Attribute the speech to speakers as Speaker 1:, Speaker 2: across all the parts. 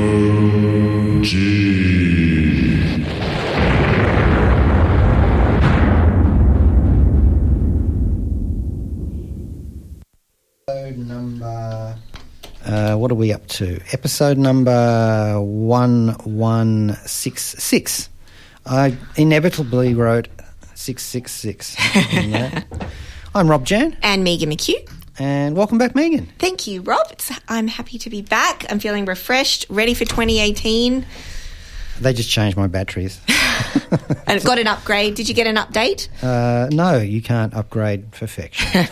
Speaker 1: Zero G.
Speaker 2: Episode number. Uh, what are we up to? Episode number 1166. I inevitably wrote 666. in there. I'm Rob Jan,
Speaker 3: and Megan McHugh.
Speaker 2: and welcome back, Megan.
Speaker 3: Thank you, Rob. It's- I'm happy to be back. I'm feeling refreshed, ready for 2018,
Speaker 2: They just changed my batteries.
Speaker 3: and I've got an upgrade. Did you get an update?
Speaker 2: Uh, no, you can't upgrade perfection.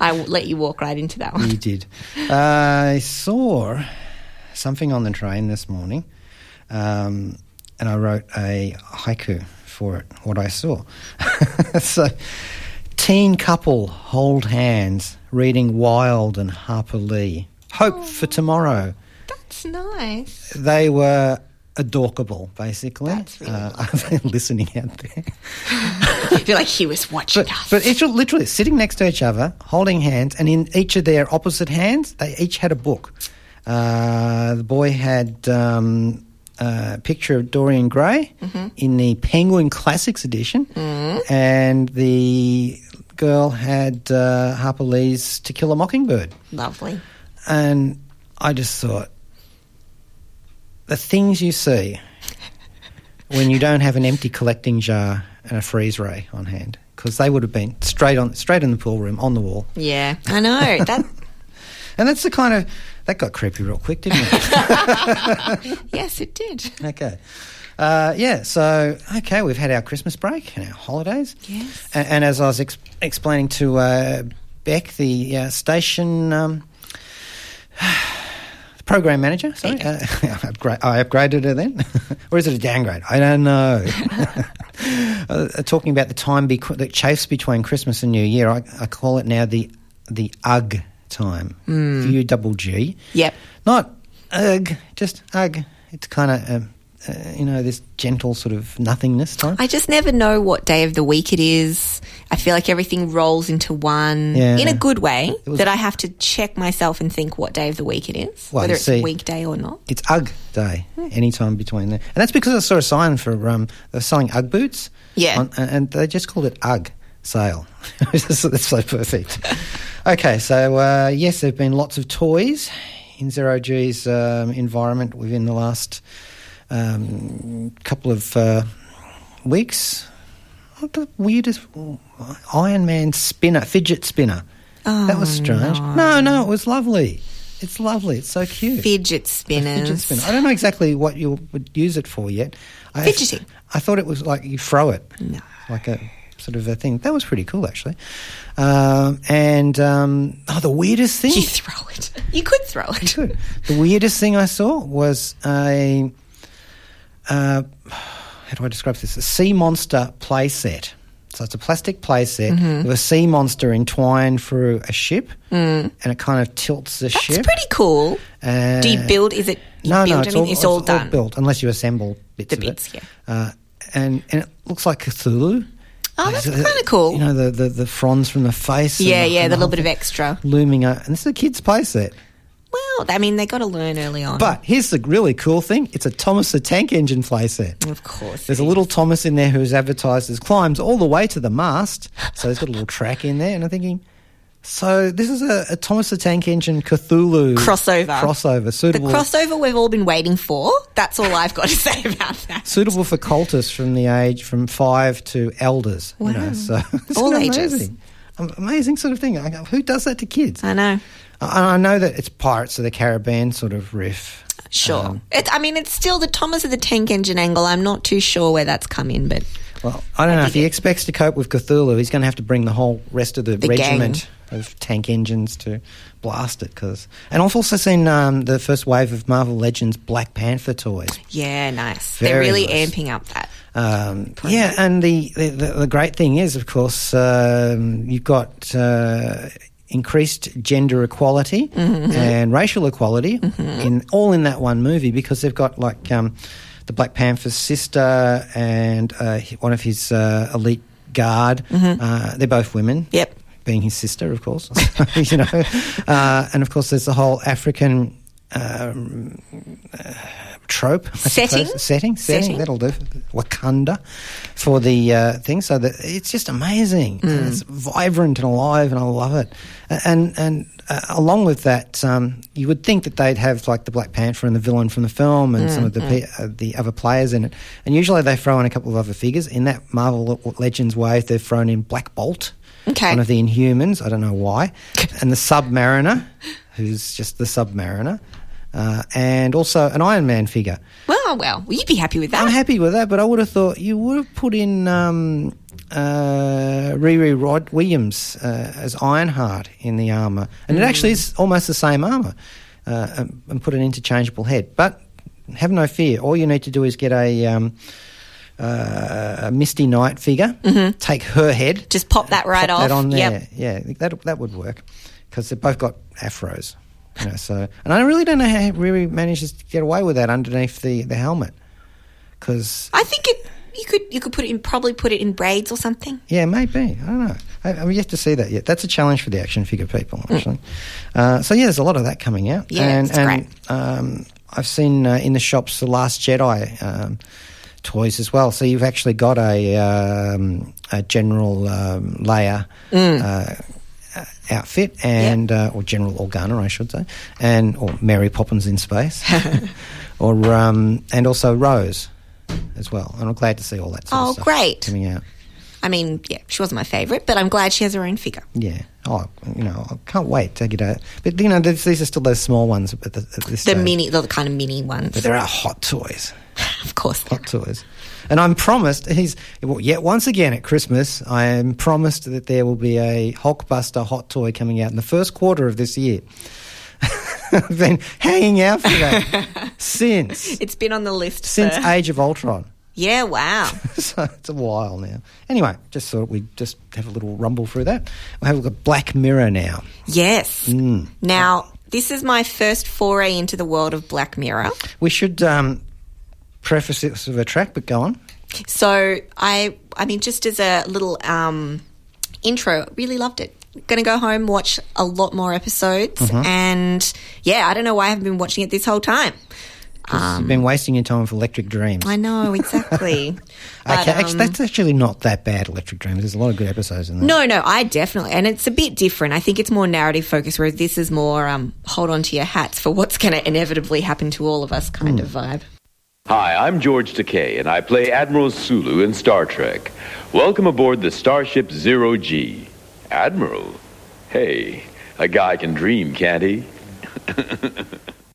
Speaker 3: I will let you walk right into that one.
Speaker 2: you did. I saw something on the train this morning, um, and I wrote a haiku for it. What I saw. so, teen couple hold hands, reading Wilde and Harper Lee. Hope for tomorrow.
Speaker 3: That's nice.
Speaker 2: They were adorkable, basically.
Speaker 3: That's really
Speaker 2: uh, are they listening out there?
Speaker 3: I feel like he was watching
Speaker 2: But,
Speaker 3: us.
Speaker 2: but it's just literally sitting next to each other, holding hands, and in each of their opposite hands, they each had a book. Uh, the boy had um, a picture of Dorian Gray in the Penguin Classics edition, and the girl had uh, Harper Lee's To Kill a Mockingbird.
Speaker 3: Lovely.
Speaker 2: And I just thought, the things you see when you don't have an empty collecting jar and a freeze ray on hand, because they would have been straight on, straight in the pool room on the wall.
Speaker 3: Yeah, I know. That
Speaker 2: And that's the kind of that got creepy real quick, didn't it?
Speaker 3: yes, it did.
Speaker 2: okay. Uh, yeah, so okay, we've had our Christmas break and our holidays.
Speaker 3: Yes.
Speaker 2: And, and as I was ex- explaining to uh, Beck, the uh, station um, the program manager, sorry, uh, I, upgra- I upgraded her then, or is it a downgrade? I don't know. uh, talking about the time bequ- the chafes between Christmas and New Year, I, I call it now the the UG time. U double G.
Speaker 3: Hmm. Yep.
Speaker 2: Not ugh, just ugh. It's kind of, um, uh, you know, this gentle sort of nothingness time.
Speaker 3: I just never know what day of the week it is. I feel like everything rolls into one
Speaker 2: Yeah.
Speaker 3: in a good way
Speaker 2: was-
Speaker 3: that I have to check myself and think what day of the week it is,
Speaker 2: Well,
Speaker 3: whether
Speaker 2: you
Speaker 3: it's
Speaker 2: see-
Speaker 3: a weekday or not.
Speaker 2: It's UGG day, any time between there. And that's because I saw a sign for, um, they were selling UGG boots.
Speaker 3: Yeah.
Speaker 2: on- and, and they just called it UGG sale. it's so- it's so perfect. okay, so uh, yes, there have been lots of toys in Zero G's um, environment within the last um, couple of uh, weeks. What the weirdest Iron Man spinner, fidget spinner. that was strange. No. no, it was lovely. It's lovely. It's so cute.
Speaker 3: Fidget
Speaker 2: A
Speaker 3: spinners.
Speaker 2: fidget spinner. I don't know exactly what you would use it for yet. I,
Speaker 3: Fidgeting.
Speaker 2: I thought it was like you throw it.
Speaker 3: No.
Speaker 2: Like a sort of a thing. That was pretty cool, actually. Um, and um, oh, the weirdest thing.
Speaker 3: You throw it. You could throw it.
Speaker 2: Good. The weirdest thing I saw was a. Uh, how do I describe this? A sea monster play set. So it's a plastic play set
Speaker 3: Mm-hmm.
Speaker 2: with a sea monster entwined through a ship, and it kind of tilts the
Speaker 3: Mm. That's
Speaker 2: ship.
Speaker 3: pretty cool.
Speaker 2: Uh,
Speaker 3: Do you build? Is it? You
Speaker 2: no,
Speaker 3: build
Speaker 2: no,
Speaker 3: I
Speaker 2: it's
Speaker 3: mean,
Speaker 2: all,
Speaker 3: it's all done.
Speaker 2: built unless you assemble bits
Speaker 3: The
Speaker 2: of
Speaker 3: bits,
Speaker 2: it.
Speaker 3: yeah.
Speaker 2: Uh, and and it looks like Cthulhu.
Speaker 3: Oh, that's
Speaker 2: It's, uh,
Speaker 3: kinda cool.
Speaker 2: You know the, the, the fronds from the face. and
Speaker 3: yeah, yeah,
Speaker 2: and
Speaker 3: the little bit
Speaker 2: whole
Speaker 3: of Uh-huh. extra.
Speaker 2: thing looming. o- And this is a kids' playset.
Speaker 3: Well, I mean, they got to learn early on.
Speaker 2: But here's the really cool thing: it's a Thomas the Tank Engine playset.
Speaker 3: of course,
Speaker 2: There's a little Thomas in there who's advertised as climbs all the way to the mast. So he's got a little track in there, and I'm thinking, so this is a, a Thomas the Tank Engine Cthulhu
Speaker 3: Crossover.
Speaker 2: crossover
Speaker 3: the
Speaker 2: suitable
Speaker 3: crossover we've all been waiting for. That's all I've got to say about that.
Speaker 2: suitable for cultists from the age from five to elders. You know,
Speaker 3: Wow.
Speaker 2: so it's
Speaker 3: All
Speaker 2: an
Speaker 3: ages. Uh,
Speaker 2: Amazing, am- amazing sort of thing. I go, who does that to kids?
Speaker 3: I know.
Speaker 2: I, I know that it's Pirates of the Caribbean sort of riff.
Speaker 3: Sure.
Speaker 2: Um,
Speaker 3: it, I mean, it's still the Thomas of the Tank Engine angle. I'm not too sure where that's come in, but
Speaker 2: Well, I don't know if he expects to cope with Cthulhu, he's going to have to bring the whole rest of the,
Speaker 3: The gang.
Speaker 2: regiment of tank engines to blast it. Cause, and I've also seen um, the first wave of Marvel Legends Black Panther toys.
Speaker 3: yeah, nice. They're
Speaker 2: Very
Speaker 3: really
Speaker 2: nice.
Speaker 3: amping up that.
Speaker 2: Um, yeah, and the, the, the, the great thing is, of course, um, you've got uh, increased gender equality
Speaker 3: Mm-hmm.
Speaker 2: and racial equality in all in that one movie because they've got like um, the Black Panther's sister and uh, he- one of his uh, elite guard. Uh, they're both women.
Speaker 3: Mm-hmm. Yep.
Speaker 2: Being his sister, of course, you know, uh, and of course there's the whole African um, uh, trope I
Speaker 3: Setting?
Speaker 2: suppose. setting, setting,
Speaker 3: Setting.
Speaker 2: that'll do. Wakanda for the uh, thing. So that it's just amazing.
Speaker 3: Mm.
Speaker 2: And It's vibrant and alive, and I love it. A- And and uh, along with that, um, you would think that they'd have like the Black Panther and the villain from the film,
Speaker 3: Mm,
Speaker 2: and some of the pe- uh, the other players in it. And usually they throw in a couple of other figures. In that Marvel Le- Legends wave, they've thrown in Black Bolt.
Speaker 3: Okay.
Speaker 2: One of the Inhumans, I don't know why, and the Submariner, who's just the Submariner, uh, and also an Iron Man figure.
Speaker 3: Well, well, well, you'd be happy with
Speaker 2: I'm
Speaker 3: that.
Speaker 2: happy with that, but I would have thought you would have put in um, uh, Riri Rod Williams uh, as Ironheart in the armor, and it
Speaker 3: Mm.
Speaker 2: actually is almost the same armor, uh, and, and put an interchangeable head. But have no fear. All you need to do is get a. Um, uh, a Misty Knight figure. Take her head.
Speaker 3: Mm-hmm. Just pop that right
Speaker 2: pop
Speaker 3: off.
Speaker 2: That on there.
Speaker 3: Yep.
Speaker 2: Yeah, that that would work because they've both got afros. You know, so and I really don't know how Riri manages to get away with that underneath the the helmet. Because
Speaker 3: I think it. You could you could put it in probably put it in braids or something.
Speaker 2: yeah, maybe I don't know. I, I'm yet to see that yet. That's a challenge for the action figure people actually. Uh, so yeah, there's a lot of that coming out.
Speaker 3: Hmm. Yeah,
Speaker 2: and,
Speaker 3: it's
Speaker 2: and um, I've seen uh, in the shops the Last Jedi. Um, Toys as well, so you've actually got a, um, a general um, layer
Speaker 3: Hmm.
Speaker 2: uh, outfit and uh, or General Organa, I should say, and or Mary Poppins in space, or um, and also Rose as well. And I'm glad to see all that. Sort
Speaker 3: Oh,
Speaker 2: of stuff
Speaker 3: great.
Speaker 2: coming out.
Speaker 3: I mean, yeah, she wasn't my favorite, but I'm glad she has her own figure.
Speaker 2: Yeah. Oh, you know, I can't wait to get out. But you know, there's- these are still those small ones at, the, at this
Speaker 3: The
Speaker 2: stage.
Speaker 3: mini, the kind of mini ones,
Speaker 2: But there are hot toys,
Speaker 3: of course. they are.
Speaker 2: hot toys, and I'm promised. He's well, yet once again at Christmas. I am promised that there will be a Hulkbuster hot toy coming out in the first quarter of this year. I've been hanging out for that since
Speaker 3: It's uh, been on the list
Speaker 2: since
Speaker 3: for-
Speaker 2: Age of Ultron.
Speaker 3: yeah, wow.
Speaker 2: so it's a while now. Anyway, just thought we'd just have a little rumble through that. We'll have a look at Black Mirror now.
Speaker 3: Yes.
Speaker 2: Hmm.
Speaker 3: Now, this is my first foray into the world of Black Mirror.
Speaker 2: We should um, preface this with a track, but go on.
Speaker 3: So I, I mean, just as a little um, intro, really loved it. Going to go home, watch a lot more episodes,
Speaker 2: Mm-hmm.
Speaker 3: and yeah, I don't know why I haven't been watching it this whole time.
Speaker 2: 'Cause You've been wasting your time with Electric Dreams.
Speaker 3: Um, I know exactly. But,
Speaker 2: okay, actually,
Speaker 3: um,
Speaker 2: that's actually not that bad. Electric Dreams. There's a lot of good episodes in there.
Speaker 3: no, no, I definitely, and it's a bit different. I think it's more narrative focused, whereas this is more um, hold on to your hats for what's going to inevitably happen to all of us kind of vibe.
Speaker 4: Hi, I'm George Takei, and I play Admiral Sulu in Star Trek. Welcome aboard the Starship Zero G. Admiral? Hey, a guy can dream, can't he?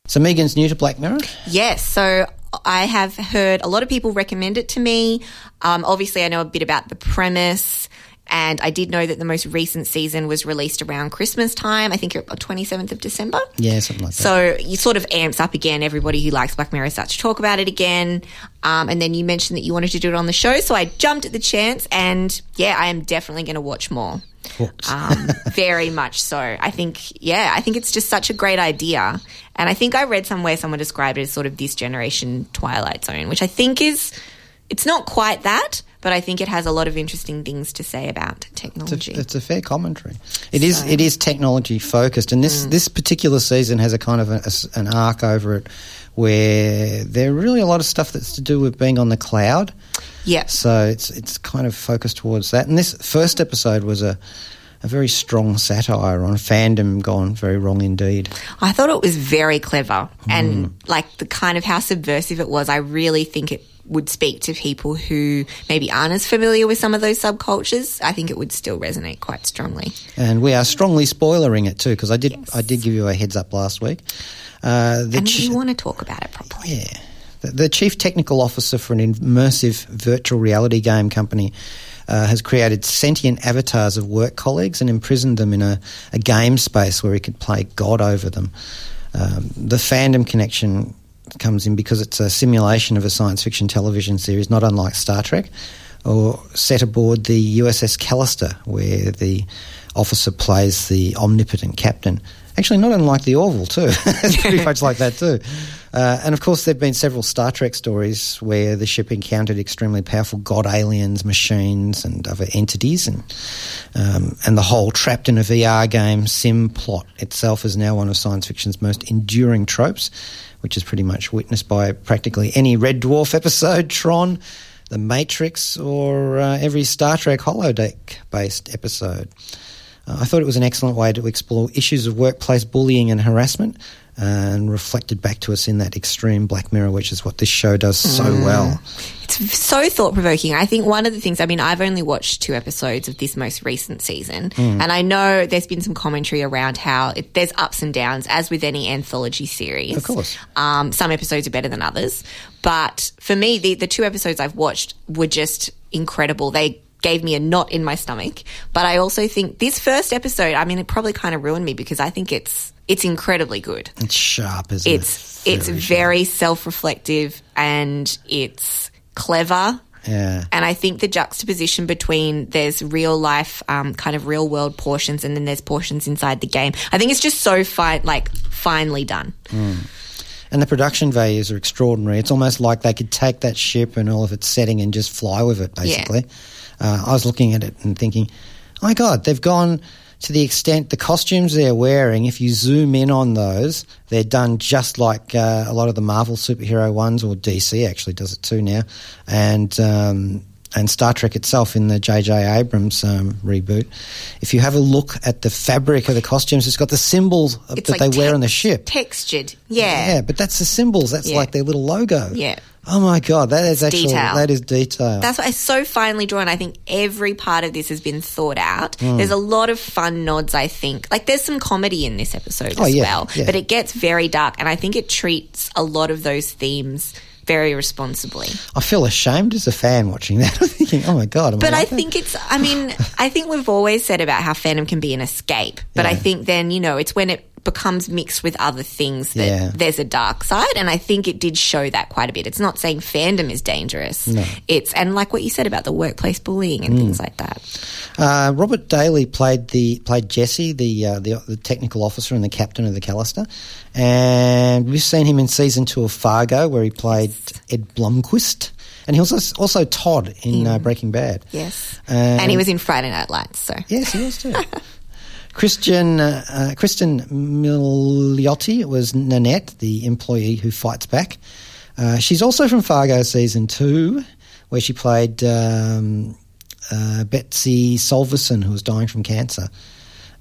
Speaker 2: So Megan's new to Black Mirror.
Speaker 3: Yes. So I have heard a lot of people recommend it to me. Um, obviously, I know a bit about the premise. And I did know that the most recent season was released around Christmas time. I think it- 27th of December.
Speaker 2: Yeah, something like that.
Speaker 3: So you sort of amps up again. Everybody who likes Black Mirror starts to talk about it again. Um, and then you mentioned that you wanted to do it on the show. So I jumped at the chance. And yeah, I am definitely going to watch more.
Speaker 2: Hooked.
Speaker 3: Um, very much so. I think, yeah, I think it's just such a great idea. And I think I read somewhere someone described it as sort of this generation Twilight Zone, which I think is, it's not quite that, but I think it has a lot of interesting things to say about
Speaker 2: It's
Speaker 3: technology.
Speaker 2: a, it's a fair commentary. It is. It is technology focused, and
Speaker 3: Mm.
Speaker 2: this this particular season has a kind of a- a s- an arc over it, where there are really a lot of stuff that's to do with being on the cloud.
Speaker 3: yeah.
Speaker 2: So it's it's kind of focused towards that. And this first episode was a a very strong satire on fandom gone very wrong indeed.
Speaker 3: I thought it was very clever and like the kind of how subversive it was. I really think it would speak to people who maybe aren't as familiar with some of those subcultures. I think it would still resonate quite strongly.
Speaker 2: And we are strongly spoilering it too because I did I did give you a heads up last week. Uh, the
Speaker 3: And
Speaker 2: chi-
Speaker 3: you want to talk about it properly.
Speaker 2: yeah, the, the chief technical officer for an immersive virtual reality game company. Uh, has created sentient avatars of work colleagues and imprisoned them in a, a game space where he could play God over them. Um, the fandom connection comes in because it's a simulation of a science fiction television series, not unlike Star Trek, or set aboard the USS Callister, where the officer plays the omnipotent captain. Actually, not unlike the Orville too. it's pretty much like that too. Uh, and of course, there've been several Star Trek stories where the ship encountered extremely powerful god aliens, machines, and other entities, and um, and the whole trapped in a VR game sim plot itself is now one of science fiction's most enduring tropes, which is pretty much witnessed by practically any Red Dwarf episode, Tron, The Matrix, or uh, every Star Trek holodeck based episode. Uh, I thought it was an excellent way to explore issues of workplace bullying and harassment and reflected back to us in that extreme Black Mirror, which is what this show does so well.
Speaker 3: It's so thought provoking. I think one of the things, I mean, I've only watched two episodes of this most recent season,
Speaker 2: Mm.
Speaker 3: and I know there's been some commentary around how it, there's ups and downs, as with any anthology series.
Speaker 2: Of course.
Speaker 3: Um, some episodes are better than others. But for me, the, the two episodes I've watched were just incredible. They gave me a knot in my stomach. But I also think this first episode, I mean, it probably kind of ruined me because I think it's. It's incredibly good
Speaker 2: It's sharp, isn't
Speaker 3: it's
Speaker 2: it?
Speaker 3: it's very self-reflective and it's clever
Speaker 2: Yeah.
Speaker 3: and i think the juxtaposition between there's real life um, kind of real world portions and then there's portions inside the game i think it's just so fine like finely done
Speaker 2: And the production values are extraordinary. It's almost like they could take that ship and all of its setting and just fly with it, basically. Uh, I was looking at it and thinking, oh my God, they've gone to the extent the costumes they're wearing, if you zoom in on those, they're done just like uh, a lot of the Marvel superhero ones, or DC actually does it too now. And. Um, and Star Trek itself in the J.J. Abrams um, reboot. If you have a look at the fabric of the costumes, it's got the symbols of- that
Speaker 3: It's like
Speaker 2: they wear on the
Speaker 3: text-
Speaker 2: ship.
Speaker 3: textured
Speaker 2: Yeah,
Speaker 3: yeah
Speaker 2: but that's the symbols. That's
Speaker 3: Yeah.
Speaker 2: like their little logo.
Speaker 3: Yeah.
Speaker 2: Oh my god, that is actually
Speaker 3: detail.
Speaker 2: that is detail.
Speaker 3: That's why it's so finely drawn. I think every part of this has been thought out.
Speaker 2: Hmm.
Speaker 3: There's a lot of fun nods, I think. Like there's some comedy in this episode
Speaker 2: Oh,
Speaker 3: as
Speaker 2: yeah,
Speaker 3: well,
Speaker 2: yeah.
Speaker 3: but it gets very dark. And I think it treats a lot of those themes very responsibly.
Speaker 2: I feel ashamed as a fan watching that. I'm thinking, oh my god. Am
Speaker 3: But I
Speaker 2: like that?
Speaker 3: think it's, I mean, I think we've always said about how fandom can be an escape. But I think then, you know, it's when it becomes mixed with other things that
Speaker 2: Yeah.
Speaker 3: there's a dark side. And I think it did show that quite a bit. It's not saying fandom is dangerous. It's, and like what you said about the workplace bullying and
Speaker 2: Hmm.
Speaker 3: things like that.
Speaker 2: uh, Robert Daly played the played Jesse, the, uh, the the technical officer and the captain of the Callister, and we've seen him in season two of Fargo where he played Ed Blumquist, and he was also, also Todd in uh, Breaking Bad.
Speaker 3: Yes.
Speaker 2: Um,
Speaker 3: and he was in Friday Night Lights, so.
Speaker 2: Yes, he was too. Christian uh, uh, Kristen Miliotti was Nanette, the employee who fights back. Uh, she's also from Fargo season two, where she played um, uh, Betsy Solverson, who was dying from cancer.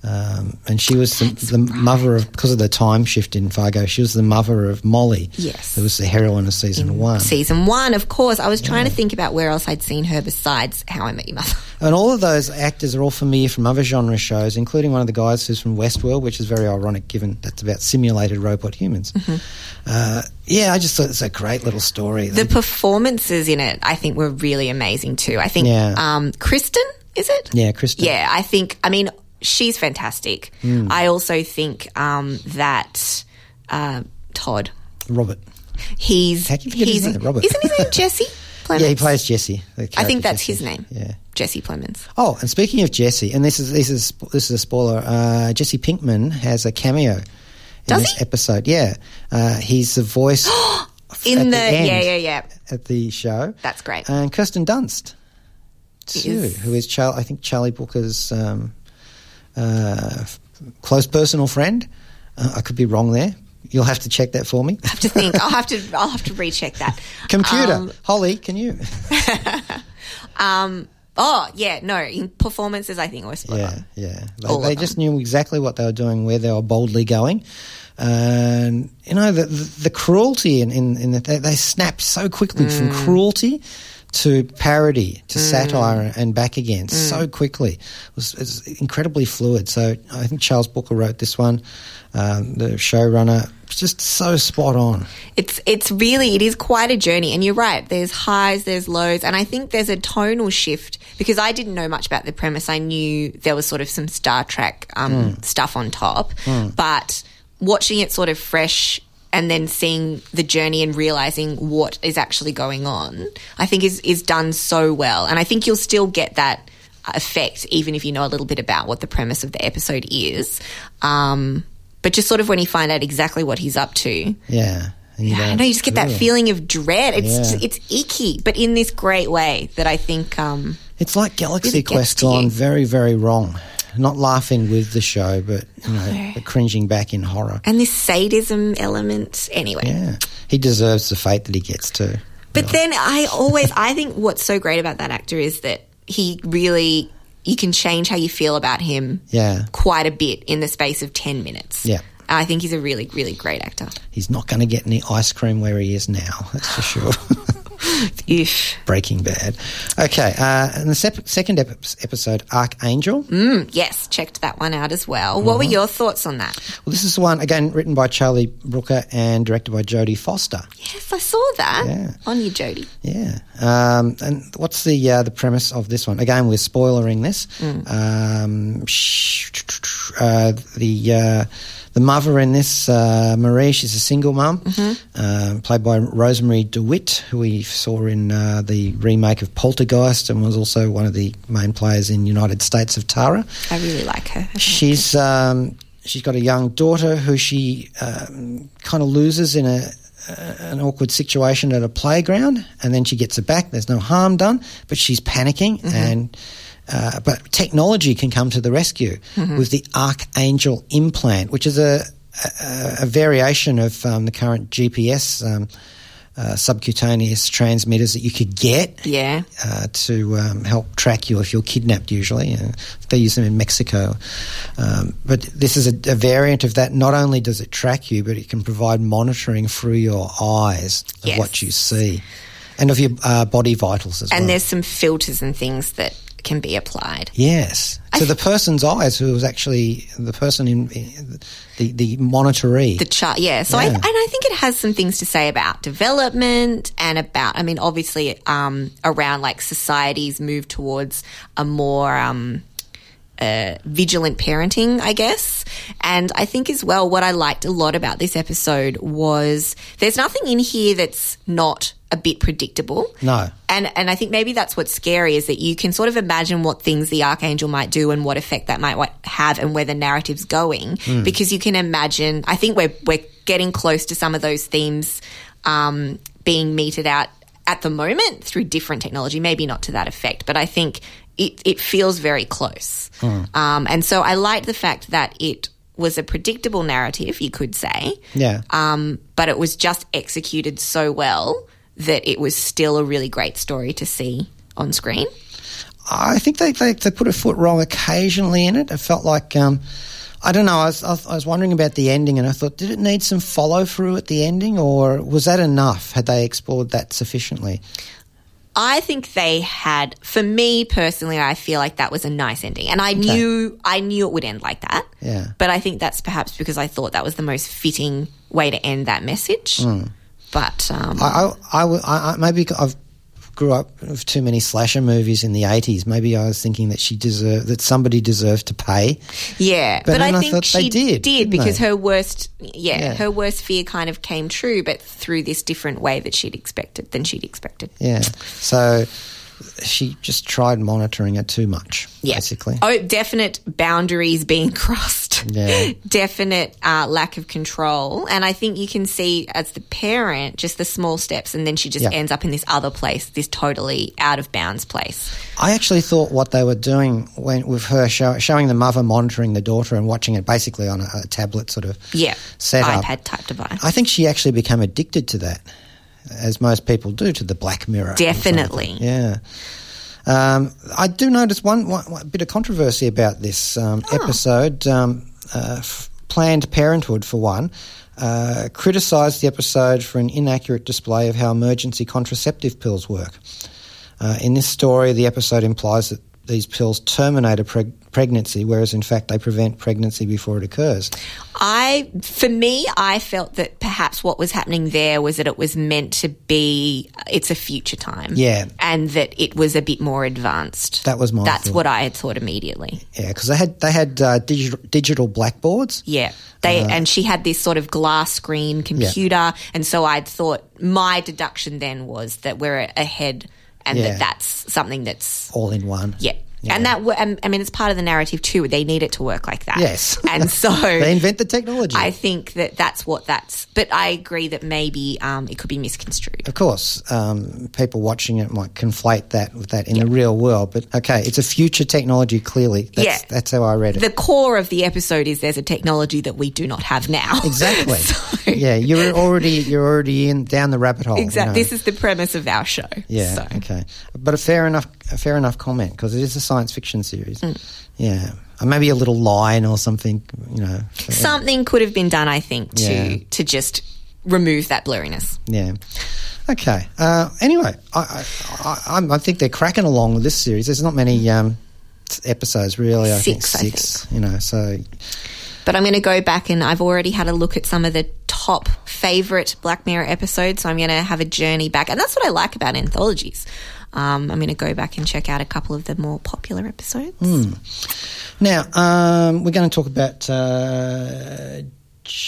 Speaker 2: Um, and she was the, the mother of because of the time shift in Fargo. She was the mother of Molly.
Speaker 3: Yes.
Speaker 2: who was the heroine of season one.
Speaker 3: Season one, of course. I was trying to think about where else I'd seen her besides How I Met Your Mother.
Speaker 2: And all of those actors are all familiar from other genre shows, including one of the guys who's from Westworld, which is very ironic given that's about simulated robot humans.
Speaker 3: Mm-hmm.
Speaker 2: Uh, yeah, I just thought it's a great little story.
Speaker 3: The performances in it, I think, were really amazing too. I think
Speaker 2: Yeah.
Speaker 3: um, Kristen, is it?
Speaker 2: yeah, Kristen.
Speaker 3: Yeah, I think, I mean, she's fantastic.
Speaker 2: Hmm.
Speaker 3: I also think um, that uh, Todd,
Speaker 2: Robert.
Speaker 3: he's.
Speaker 2: How can you forget his
Speaker 3: he's
Speaker 2: name, Robert?
Speaker 3: Isn't his name Jesse?
Speaker 2: Yeah, he
Speaker 3: Plemons?
Speaker 2: plays Jesse. the
Speaker 3: I
Speaker 2: character
Speaker 3: think that's
Speaker 2: Jesse.
Speaker 3: his name.
Speaker 2: Yeah.
Speaker 3: Jesse Plemons.
Speaker 2: Oh, and speaking of Jesse, and this is this is this is a spoiler. Uh, Jesse Pinkman has a cameo in
Speaker 3: Does
Speaker 2: this
Speaker 3: he? Oh,
Speaker 2: episode. Yeah, uh, he's the voice
Speaker 3: In
Speaker 2: at
Speaker 3: the.
Speaker 2: end.
Speaker 3: yeah, yeah, yeah.
Speaker 2: at the show.
Speaker 3: That's great.
Speaker 2: And Kirsten Dunst, too,
Speaker 3: Yes.
Speaker 2: who is Char- I think Charlie Booker's um, uh, f- close personal friend. Uh, I could be wrong there. You'll have to check that for me.
Speaker 3: I have to think. I'll have to. I'll have to recheck that.
Speaker 2: Computer,
Speaker 3: Um,
Speaker 2: Holly, can you?
Speaker 3: Oh yeah, no. In performances, I think were spot
Speaker 2: yeah,
Speaker 3: on.
Speaker 2: yeah.
Speaker 3: All
Speaker 2: They,
Speaker 3: of
Speaker 2: they
Speaker 3: them.
Speaker 2: just knew exactly what they were doing, where they were boldly going. And you know the the, the cruelty in in, in that they, they snapped so quickly
Speaker 3: Mm.
Speaker 2: from cruelty to parody to satire and back again
Speaker 3: Mm.
Speaker 2: so quickly. It was, it was incredibly fluid. So I think Charles Booker wrote this one, um, the showrunner. It's just so spot on.
Speaker 3: It's it's really it is quite a journey, and you're right. There's highs, there's lows, and I think there's a tonal shift because I didn't know much about the premise. I knew there was sort of some Star Trek um, stuff on top, but watching it sort of fresh. And then seeing the journey and realizing what is actually going on, I think is is done so well, and I think you'll still get that effect, even if you know a little bit about what the premise of the episode is. Um, but just sort of when you find out exactly what he's up to,
Speaker 2: Yeah. And uh, you
Speaker 3: I
Speaker 2: go,
Speaker 3: know you just get that
Speaker 2: "Ooh."
Speaker 3: feeling of dread. It's
Speaker 2: Yeah.
Speaker 3: just- it's icky, but in this great way that I think. Um,
Speaker 2: It's like Galaxy
Speaker 3: really gets
Speaker 2: Quest
Speaker 3: to you.
Speaker 2: gone very, very wrong. Not laughing with the show, but you know,
Speaker 3: No.
Speaker 2: but cringing back in horror.
Speaker 3: and this sadism element, anyway.
Speaker 2: Yeah, he deserves the fate that he gets to.
Speaker 3: But then I always, I think what's so great about that actor is that he really, you can change how you feel about him
Speaker 2: Yeah,
Speaker 3: quite a bit in the space of 10 minutes.
Speaker 2: Yeah.
Speaker 3: I think he's a really, really great actor.
Speaker 2: he's not going to get any ice cream where he is now. That's for sure.
Speaker 3: Ish.
Speaker 2: Breaking Bad. Okay, uh, and the sep- second ep- episode, Archangel.
Speaker 3: Mm. Yes, checked that one out as well. What
Speaker 2: Uh-huh.
Speaker 3: were your thoughts on that?
Speaker 2: Well, this is the one again written by Charlie Brooker and directed by Jodie Foster.
Speaker 3: Yes, I saw that
Speaker 2: Yeah.
Speaker 3: on you, Jodie.
Speaker 2: Yeah. Um, and what's the uh, the premise of this one? Again, we're spoilering this. Um, sh- uh, the uh, the mother in this, uh, Marie, she's a single mum, um, played by Rosemary DeWitt, who we saw in uh, the remake of Poltergeist and was also one of the main players in United States of Tara.
Speaker 3: I really like her.
Speaker 2: She's um, she's got a young daughter who she um, kind of loses in a an awkward situation at a playground, and then she gets it back. There's no harm done, but she's panicking and. Uh, but technology can come to the rescue with the Archangel implant, which is a, a, a variation of um, the current GPS um, uh, subcutaneous transmitters that you could get
Speaker 3: Yeah.
Speaker 2: uh, to um, help track you if you're kidnapped. Usually, uh, they use them in Mexico, um, but this is a, a variant of that. Not only does it track you, but it can provide monitoring through your eyes of
Speaker 3: Yes.
Speaker 2: what you see and of your uh, body vitals as
Speaker 3: And
Speaker 2: well.
Speaker 3: there's some filters and things that can be applied.
Speaker 2: Yes, to the person's eyes, who was actually the person in the the monitoree.
Speaker 3: the chart. Yeah. So I
Speaker 2: Yeah.
Speaker 3: and I think it has some things to say about development and about. I mean, obviously, um, around like society's move towards a more um, uh, vigilant parenting, I guess. And I think as well, what I liked a lot about this episode was there's nothing in here that's not a bit predictable.
Speaker 2: No.
Speaker 3: And and I think maybe that's what's scary is that you can sort of imagine what things the archangel might do and what effect that might wa- have and where the narrative's going because you can imagine. I think we're we're getting close to some of those themes um, being meted out at the moment through different technology. Maybe not to that effect, but I think it it feels very close. Um, and so I liked the fact that it was a predictable narrative, you could say
Speaker 2: yeah,
Speaker 3: um, but it was just executed so well that it was still a really great story to see on screen.
Speaker 2: I think they, they, they put a foot wrong occasionally in it. It felt like, um, I don't know, I was, I was- I was wondering about the ending and I thought, did it need some follow through at the ending or was that enough? Had they explored that sufficiently?
Speaker 3: I think they had, for me personally, I feel like that was a nice ending, and I knew I knew it would end like that.
Speaker 2: Yeah.
Speaker 3: but I think that's perhaps because I thought that was the most fitting way to end that message. But um,
Speaker 2: Hmm. I, I, I, w- I- I- maybe I've grew up with too many slasher movies in the 80s. Maybe I was thinking that she deserved, that somebody deserved to pay.
Speaker 3: Yeah,
Speaker 2: But
Speaker 3: but,
Speaker 2: then I
Speaker 3: I think
Speaker 2: thought they
Speaker 3: she
Speaker 2: did,
Speaker 3: did,
Speaker 2: didn't
Speaker 3: because
Speaker 2: they?
Speaker 3: her worst, yeah,
Speaker 2: Yeah.
Speaker 3: her worst fear kind of came true, but through this different way that she'd expected than she'd expected.
Speaker 2: Yeah. So she just tried monitoring it too much,
Speaker 3: Yeah.
Speaker 2: basically.
Speaker 3: Oh, definite boundaries being crossed.
Speaker 2: Yeah.
Speaker 3: definite uh, lack of control, and I think you can see as the parent just the small steps, and then she just
Speaker 2: Yeah.
Speaker 3: ends up in this other place, this totally out of bounds place.
Speaker 2: I actually thought what they were doing when with her show, showing the mother monitoring the daughter and watching it basically on a, a tablet sort of
Speaker 3: Yeah,
Speaker 2: setup.
Speaker 3: iPad type device.
Speaker 2: I think she actually became addicted to that, as most people do to the black mirror.
Speaker 3: Definitely.
Speaker 2: Yeah. Um, I do notice one, one, one bit of controversy about this um, episode. Um, uh, f- Planned Parenthood, for one, uh, criticised the episode for an inaccurate display of how emergency contraceptive pills work. Uh, in this story, the episode implies that these pills terminate a preg- pregnancy, whereas in fact they prevent pregnancy before it occurs.
Speaker 3: I, for me, I felt that perhaps what was happening there was that it was meant to be, it's a future time.
Speaker 2: Yeah.
Speaker 3: And that it was a bit more advanced.
Speaker 2: That was my
Speaker 3: That's
Speaker 2: thought.
Speaker 3: what I had thought immediately.
Speaker 2: Yeah, because they had they had uh, digi- digital blackboards.
Speaker 3: Yeah. They,
Speaker 2: Uh-huh.
Speaker 3: and she had this sort of glass screen computer. And so I thought my deduction then was that we're ahead and
Speaker 2: Yeah.
Speaker 3: that that's something that's,
Speaker 2: all in one.
Speaker 3: yeah. And that, wo- and- I mean, it's part of the narrative too. They need it to work like that.
Speaker 2: Yes.
Speaker 3: And so
Speaker 2: They invent the technology.
Speaker 3: I think that that's what that's. But I agree that maybe um, it could be misconstrued.
Speaker 2: of course, um, people watching it might conflate that with that in the real world. But okay, it's a future technology. Clearly, that's,
Speaker 3: Yeah.
Speaker 2: that's how I read it.
Speaker 3: The core of the episode is there's a technology that we do not have now.
Speaker 2: exactly.
Speaker 3: So-
Speaker 2: yeah, you're already you're already in down the rabbit hole. you
Speaker 3: Exactly.
Speaker 2: know.
Speaker 3: This is the premise of our show.
Speaker 2: Yeah.
Speaker 3: So.
Speaker 2: Okay. But a fair enough, a fair enough comment because it is a science fiction series.
Speaker 3: Mm.
Speaker 2: Yeah. And maybe a little line or something. You know. for-
Speaker 3: Something could have been done, I think, to
Speaker 2: Yeah.
Speaker 3: to just remove that blurriness.
Speaker 2: Yeah. Okay. Uh, anyway, I, I, I, I'm- I think they're cracking along with this series. There's not many um, s- episodes, really. I
Speaker 3: Six, I
Speaker 2: think six. You know. So
Speaker 3: But I'm going to go back and I've already had a look at some of the top favorite Black Mirror episodes. So I'm going to have a journey back. And that's what I like about anthologies. Um, I'm going to go back and check out a couple of the more popular episodes.
Speaker 2: Hmm. now um, we're going to talk about. Uh,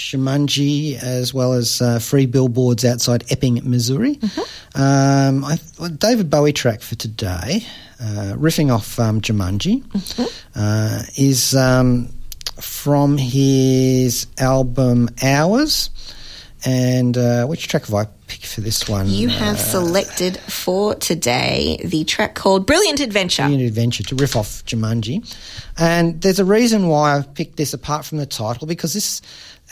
Speaker 2: Jumanji, as well as uh, free billboards outside Epping, Missouri. Um, I, well, David Bowie track for today, uh, riffing off um, Jumanji, uh, is um, from his album Hours. And uh, which track have I picked for this one? Uh,
Speaker 3: You have selected for today the track called Brilliant Adventure.
Speaker 2: Brilliant Adventure to riff off Jumanji. And there's a reason why I've picked this apart from the title because this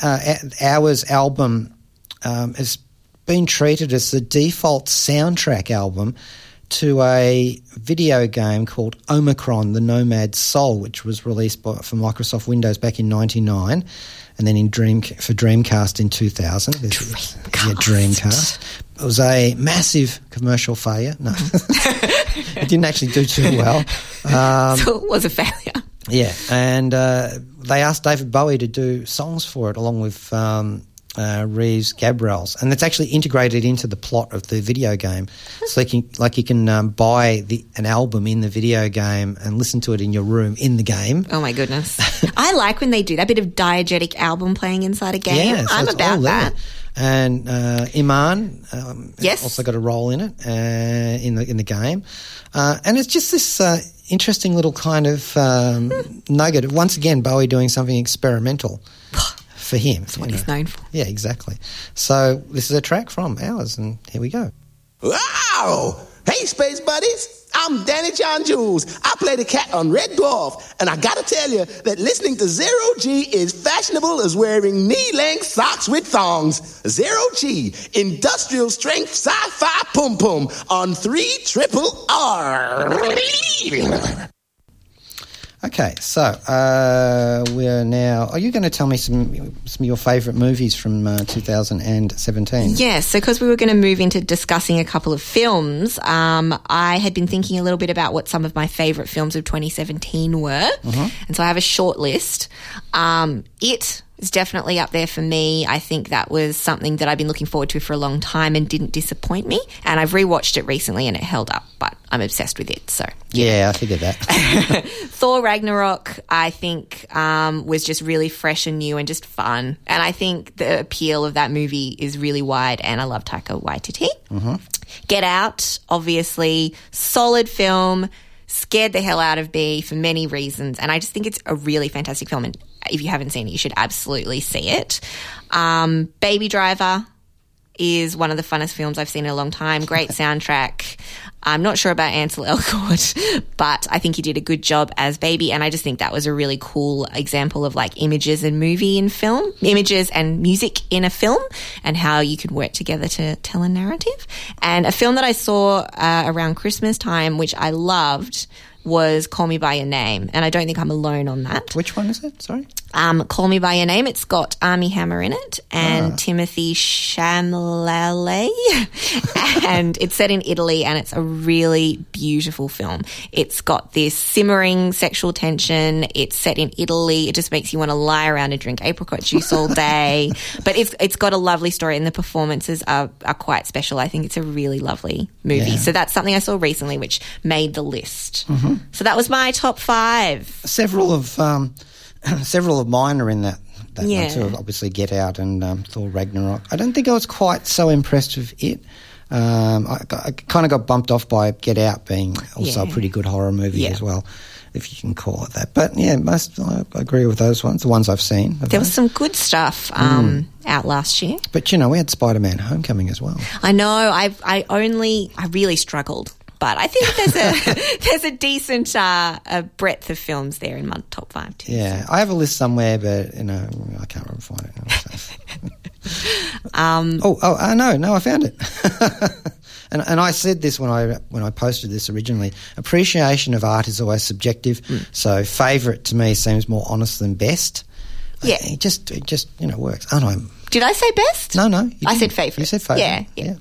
Speaker 2: uh, A- Hours album um, has been treated as the default soundtrack album to a video game called Omicron The Nomad Soul, which was released by, for Microsoft Windows back in 99 and then in Dream, for Dreamcast in 2000. There's- Yeah, Dreamcast. It was a massive commercial failure. No. it didn't actually do too well.
Speaker 3: so it was a failure.
Speaker 2: Yeah, and uh, they asked David Bowie to do songs for it along with um, uh, Reeves Gabrels, and it's actually integrated into the plot of the video game. So you can, like you can um, buy the, an album in the video game and listen to it in your room in the game.
Speaker 3: Oh my goodness. I like when they do that bit of diegetic album playing inside a game.
Speaker 2: Yeah, so
Speaker 3: I'm
Speaker 2: it's all
Speaker 3: about
Speaker 2: there.
Speaker 3: that.
Speaker 2: And uh, Iman um, has
Speaker 3: Yes.
Speaker 2: also got a role in it uh, in the in the game, uh, and it's just this uh, interesting little kind of um,
Speaker 3: Hmm.
Speaker 2: nugget. of, Once again, Bowie doing something experimental for him.
Speaker 3: What he's known for.
Speaker 2: Yeah, exactly. So this is a track from ours, and here we go.
Speaker 5: Wow! Hey, space buddies! I'm Danny John Jules. I play the cat on Red Dwarf, and I gotta tell you that listening to Zero G is fashionable as wearing knee-length socks with thongs. Zero G, industrial strength sci-fi pum pum on three triple R.
Speaker 2: Okay, so uh, we're now. Are you going to tell me some some of your favourite movies from uh, 2017?
Speaker 3: Yes, so because we were going to move into discussing a couple of films, um, I had been thinking a little bit about what some of my favourite films of 2017 were. And so I have a short list. Um, it is definitely up there for me. I think that was something that I've been looking forward to for a long time and didn't disappoint me. And I've rewatched it recently and it held up, but I'm obsessed with it. So
Speaker 2: Yeah, I figured that.
Speaker 3: Thor Ragnarok, I think, um, was just really fresh and new and just fun. And I think the appeal of that movie is really wide. And I love Taika Waititi. Mm-hmm. Get Out, obviously, solid film. Scared the hell out of me for many reasons, and I just think it's a really fantastic film. And if you haven't seen it, you should absolutely see it. Um, Baby Driver, is one of the funnest films I've seen in a long time. Great soundtrack. I'm not sure about Ansel Elgort, but I think he did a good job as Baby, and I just think that was a really cool example of like images and movie in film, images and music in a film, and how you could work together to tell a narrative. And a film that I saw uh, around Christmas time, which I loved, was Call Me by Your Name, and I don't think I'm alone on that
Speaker 2: Which one is it? Sorry.
Speaker 3: um, Call Me By Your Name. It's got Army Hammer in it and Timothy Chalamet. and it's set in Italy and it's a really beautiful film. It's got this simmering sexual tension. It's set in Italy. It just makes you want to lie around and drink apricot juice all day. but it's, it's got a lovely story and the performances are, are quite special. I think it's a really lovely movie.
Speaker 2: Yeah.
Speaker 3: So that's something I saw recently, which made the list. So that was my top five.
Speaker 2: several of um, several of mine are in that. That
Speaker 3: Yeah.
Speaker 2: one too. Obviously, Get Out and um, Thor Ragnarok. I don't think I was quite so impressed with it. Um, I, kind of got bumped off by Get Out being also a
Speaker 3: Yeah.
Speaker 2: pretty good horror movie
Speaker 3: Yeah.
Speaker 2: as well. if you can call it that. But yeah, most I agree with those ones, the ones I've seen. of
Speaker 3: There was
Speaker 2: those.
Speaker 3: some good stuff um, out last year.
Speaker 2: but you know, we had Spider Man Homecoming as well.
Speaker 3: I know. I I only I really struggled, but I think there's a there's a decent uh, a breadth of films there in my top five too.
Speaker 2: Yeah, I have a list somewhere, but you know, I can't remember find it. Now, so. um, oh, oh, uh, no, no, I found it. and and I said this when I when I posted this originally. Appreciation of art is always subjective,
Speaker 3: Hmm.
Speaker 2: so favourite to me seems more honest than best. I-
Speaker 3: Yeah.
Speaker 2: it just it just you know works. Oh no,
Speaker 3: Did I say best?
Speaker 2: no, no. you
Speaker 3: I said
Speaker 2: didn't.
Speaker 3: favourite.
Speaker 2: You said favourite.
Speaker 3: Yeah, yeah.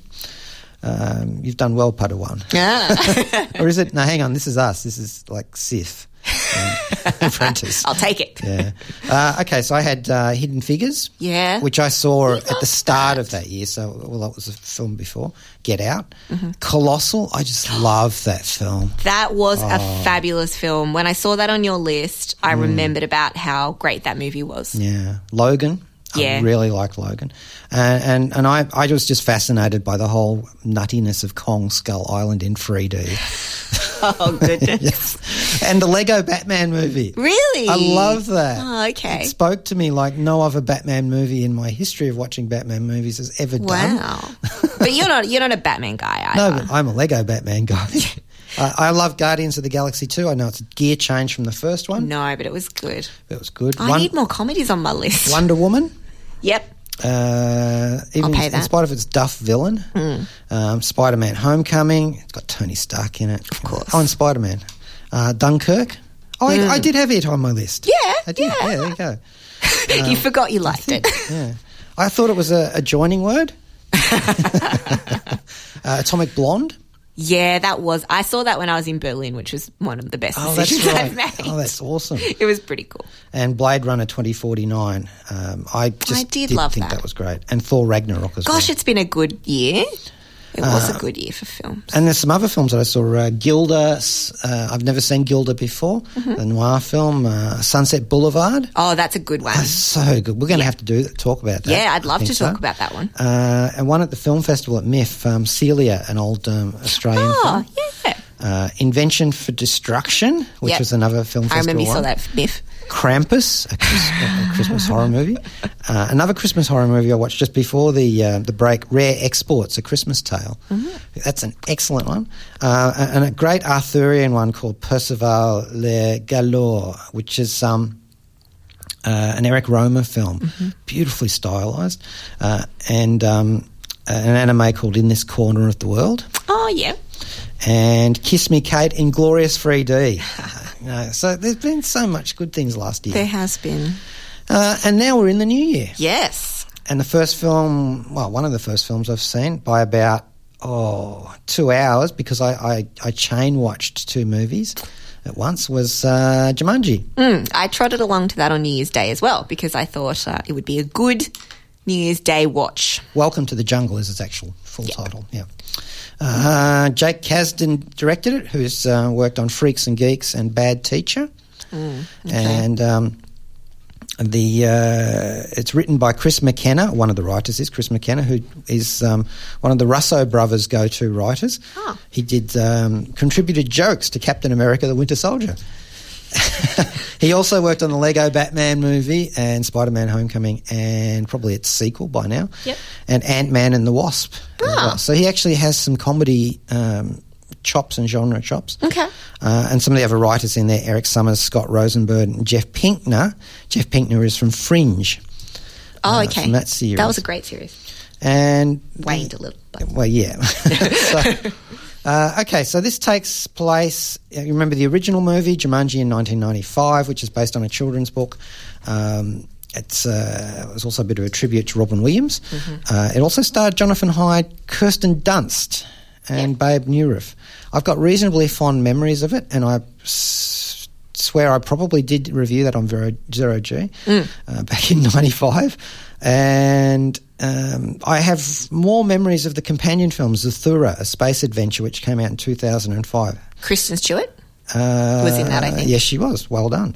Speaker 2: Um, you've done well, Putter One.
Speaker 3: Ah,
Speaker 2: or is it? No, hang on. This is us. This is like Sif. um, Apprentice.
Speaker 3: I'll take it.
Speaker 2: Yeah. Uh, okay, so I had uh, Hidden Figures.
Speaker 3: Yeah.
Speaker 2: Which I saw at the start of that year. So, well, that was a film before. Get Out.
Speaker 3: Mm-hmm.
Speaker 2: Colossal. I just love that film.
Speaker 3: That was
Speaker 2: Ah.
Speaker 3: a fabulous film. When I saw that on your list, I remembered about how great that movie was.
Speaker 2: Mm. Yeah. Logan.
Speaker 3: Yeah.
Speaker 2: I really liked Logan. And, and, and I, I was just fascinated by the whole nuttiness of Kong Skull Island in 3D.
Speaker 3: Oh goodness!
Speaker 2: yes. And the Lego Batman movie.
Speaker 3: Really?
Speaker 2: I love that.
Speaker 3: Oh, okay.
Speaker 2: It spoke to me like no other Batman movie in my history of watching Batman movies has ever done.
Speaker 3: Wow. but you're not you're not a Batman guy
Speaker 2: No,
Speaker 3: either.
Speaker 2: but I'm a Lego Batman guy. I, I love Guardians of the Galaxy too. I know it's a gear change from the first one.
Speaker 3: No, but it was good.
Speaker 2: It was good.
Speaker 3: I
Speaker 2: Won-
Speaker 3: need more comedies on my list.
Speaker 2: Wonder Woman.
Speaker 3: Yep.
Speaker 2: Uh, even
Speaker 3: pay
Speaker 2: in
Speaker 3: that. Hmm.
Speaker 2: spite of its duff villain, um, Spider Man Homecoming. It's got Tony Stark in it. Of
Speaker 3: course. Hmm.
Speaker 2: Oh, and Spider Man. Uh, Dunkirk. Oh, I, I did have it on my list.
Speaker 3: Yeah,
Speaker 2: I did.
Speaker 3: yeah.
Speaker 2: Yeah, there you go.
Speaker 3: you forgot you liked it.
Speaker 2: Yeah. I thought it was a a joining word. uh, Atomic Blonde.
Speaker 3: Yeah, that was. I saw that when I was in Berlin, which was one of the best
Speaker 2: Oh, that's
Speaker 3: decisions
Speaker 2: right.
Speaker 3: I've made.
Speaker 2: Oh, that's awesome.
Speaker 3: it was pretty cool.
Speaker 2: and Blade Runner 2049. Um, I just
Speaker 3: did
Speaker 2: did,
Speaker 3: love
Speaker 2: think
Speaker 3: that.
Speaker 2: that. was great. And Thor Ragnarok as
Speaker 3: Gosh,
Speaker 2: well.
Speaker 3: it's been a good year. It
Speaker 2: Uh,
Speaker 3: was a good year for films.
Speaker 2: And there's some other films that I saw. Uh, Gilda, s- uh, I've never seen Gilda before,
Speaker 3: Mm-hmm.
Speaker 2: the noir film. Uh, Sunset Boulevard. Uh,
Speaker 3: Oh, that's a good one.
Speaker 2: So good. We're going to have to do talk about that.
Speaker 3: Yeah, I'd
Speaker 2: I
Speaker 3: love
Speaker 2: think
Speaker 3: to talk
Speaker 2: so.
Speaker 3: about that one.
Speaker 2: Uh, and one at the film festival at MIF, um, Celia, an old um, Australian
Speaker 3: Oh,
Speaker 2: film.
Speaker 3: yeah.
Speaker 2: Uh, Invention for Destruction, which
Speaker 3: Yep.
Speaker 2: was another film festival
Speaker 3: I remember you saw
Speaker 2: one.
Speaker 3: that Miff.
Speaker 2: Krampus, a, Chris, a Christmas horror movie. Uh, another Christmas horror movie I watched just before the uh, the break. Rare Exports, a Christmas Tale. That's an excellent one, uh, and a great Arthurian one called Percival Le Galore, which is um, uh, an Eric Romer film, beautifully stylized, uh, and um, an anime called In This Corner of the World
Speaker 3: Oh, yeah.
Speaker 2: and Kiss Me Kate in Glorious 3D. You know, so there's been so much good things last
Speaker 3: There
Speaker 2: year.
Speaker 3: has been.
Speaker 2: Uh, and now we're in the new year.
Speaker 3: Yes.
Speaker 2: And the first film, well, one of the first films I've seen by about, oh, two hours because I, I, I chain watched two movies at once was uh, Jumanji.
Speaker 3: Mm, I trotted along to that on New Year's Day as well because I thought uh, it would be a good New Year's Day watch.
Speaker 2: Welcome to the Jungle is its actual full title. Yeah. Uh, Jake Kasdan directed it, who's uh, worked on Freaks and Geeks and Bad Teacher. And um, the uh, it's written by Chris McKenna. One of the writers is Chris McKenna, who is um, one of the Russo brothers' go-to writers.
Speaker 3: Ah.
Speaker 2: He did um, contributed jokes to Captain America: The Winter Soldier. He also worked on the Lego Batman movie and Spider Man Homecoming and probably its sequel by now.
Speaker 3: Yep.
Speaker 2: And Ant Man and the Wasp. as
Speaker 3: Ah.
Speaker 2: well. So he actually has some comedy um, chops and genre chops.
Speaker 3: Okay.
Speaker 2: Uh, and some of the other writers in there Eric Summers, Scott Rosenberg, and Jeff Pinkner. Jeff Pinkner is from Fringe.
Speaker 3: Oh,
Speaker 2: Uh,
Speaker 3: okay.
Speaker 2: from that series.
Speaker 3: That was a great series.
Speaker 2: And
Speaker 3: Waned a little, but
Speaker 2: well, yeah. so, uh, okay, so this takes place. You remember the original movie Jumanji in 1995, which is based on a children's book. Um, it's uh, it was also a bit of a tribute to Robin Williams. Uh, it also starred Jonathan Hyde, Kirsten Dunst, and Babe Newriff. I've got reasonably fond memories of it, and I. S- Swear, I probably did review that on Vero, Zero G
Speaker 3: Mm.
Speaker 2: uh, back in '95, and um, I have more memories of the companion film Zathura, a space adventure, which came out in 2005.
Speaker 3: Kristen Stewart?
Speaker 2: Uh,
Speaker 3: Was in that, I think.
Speaker 2: Yes, she was. Well done.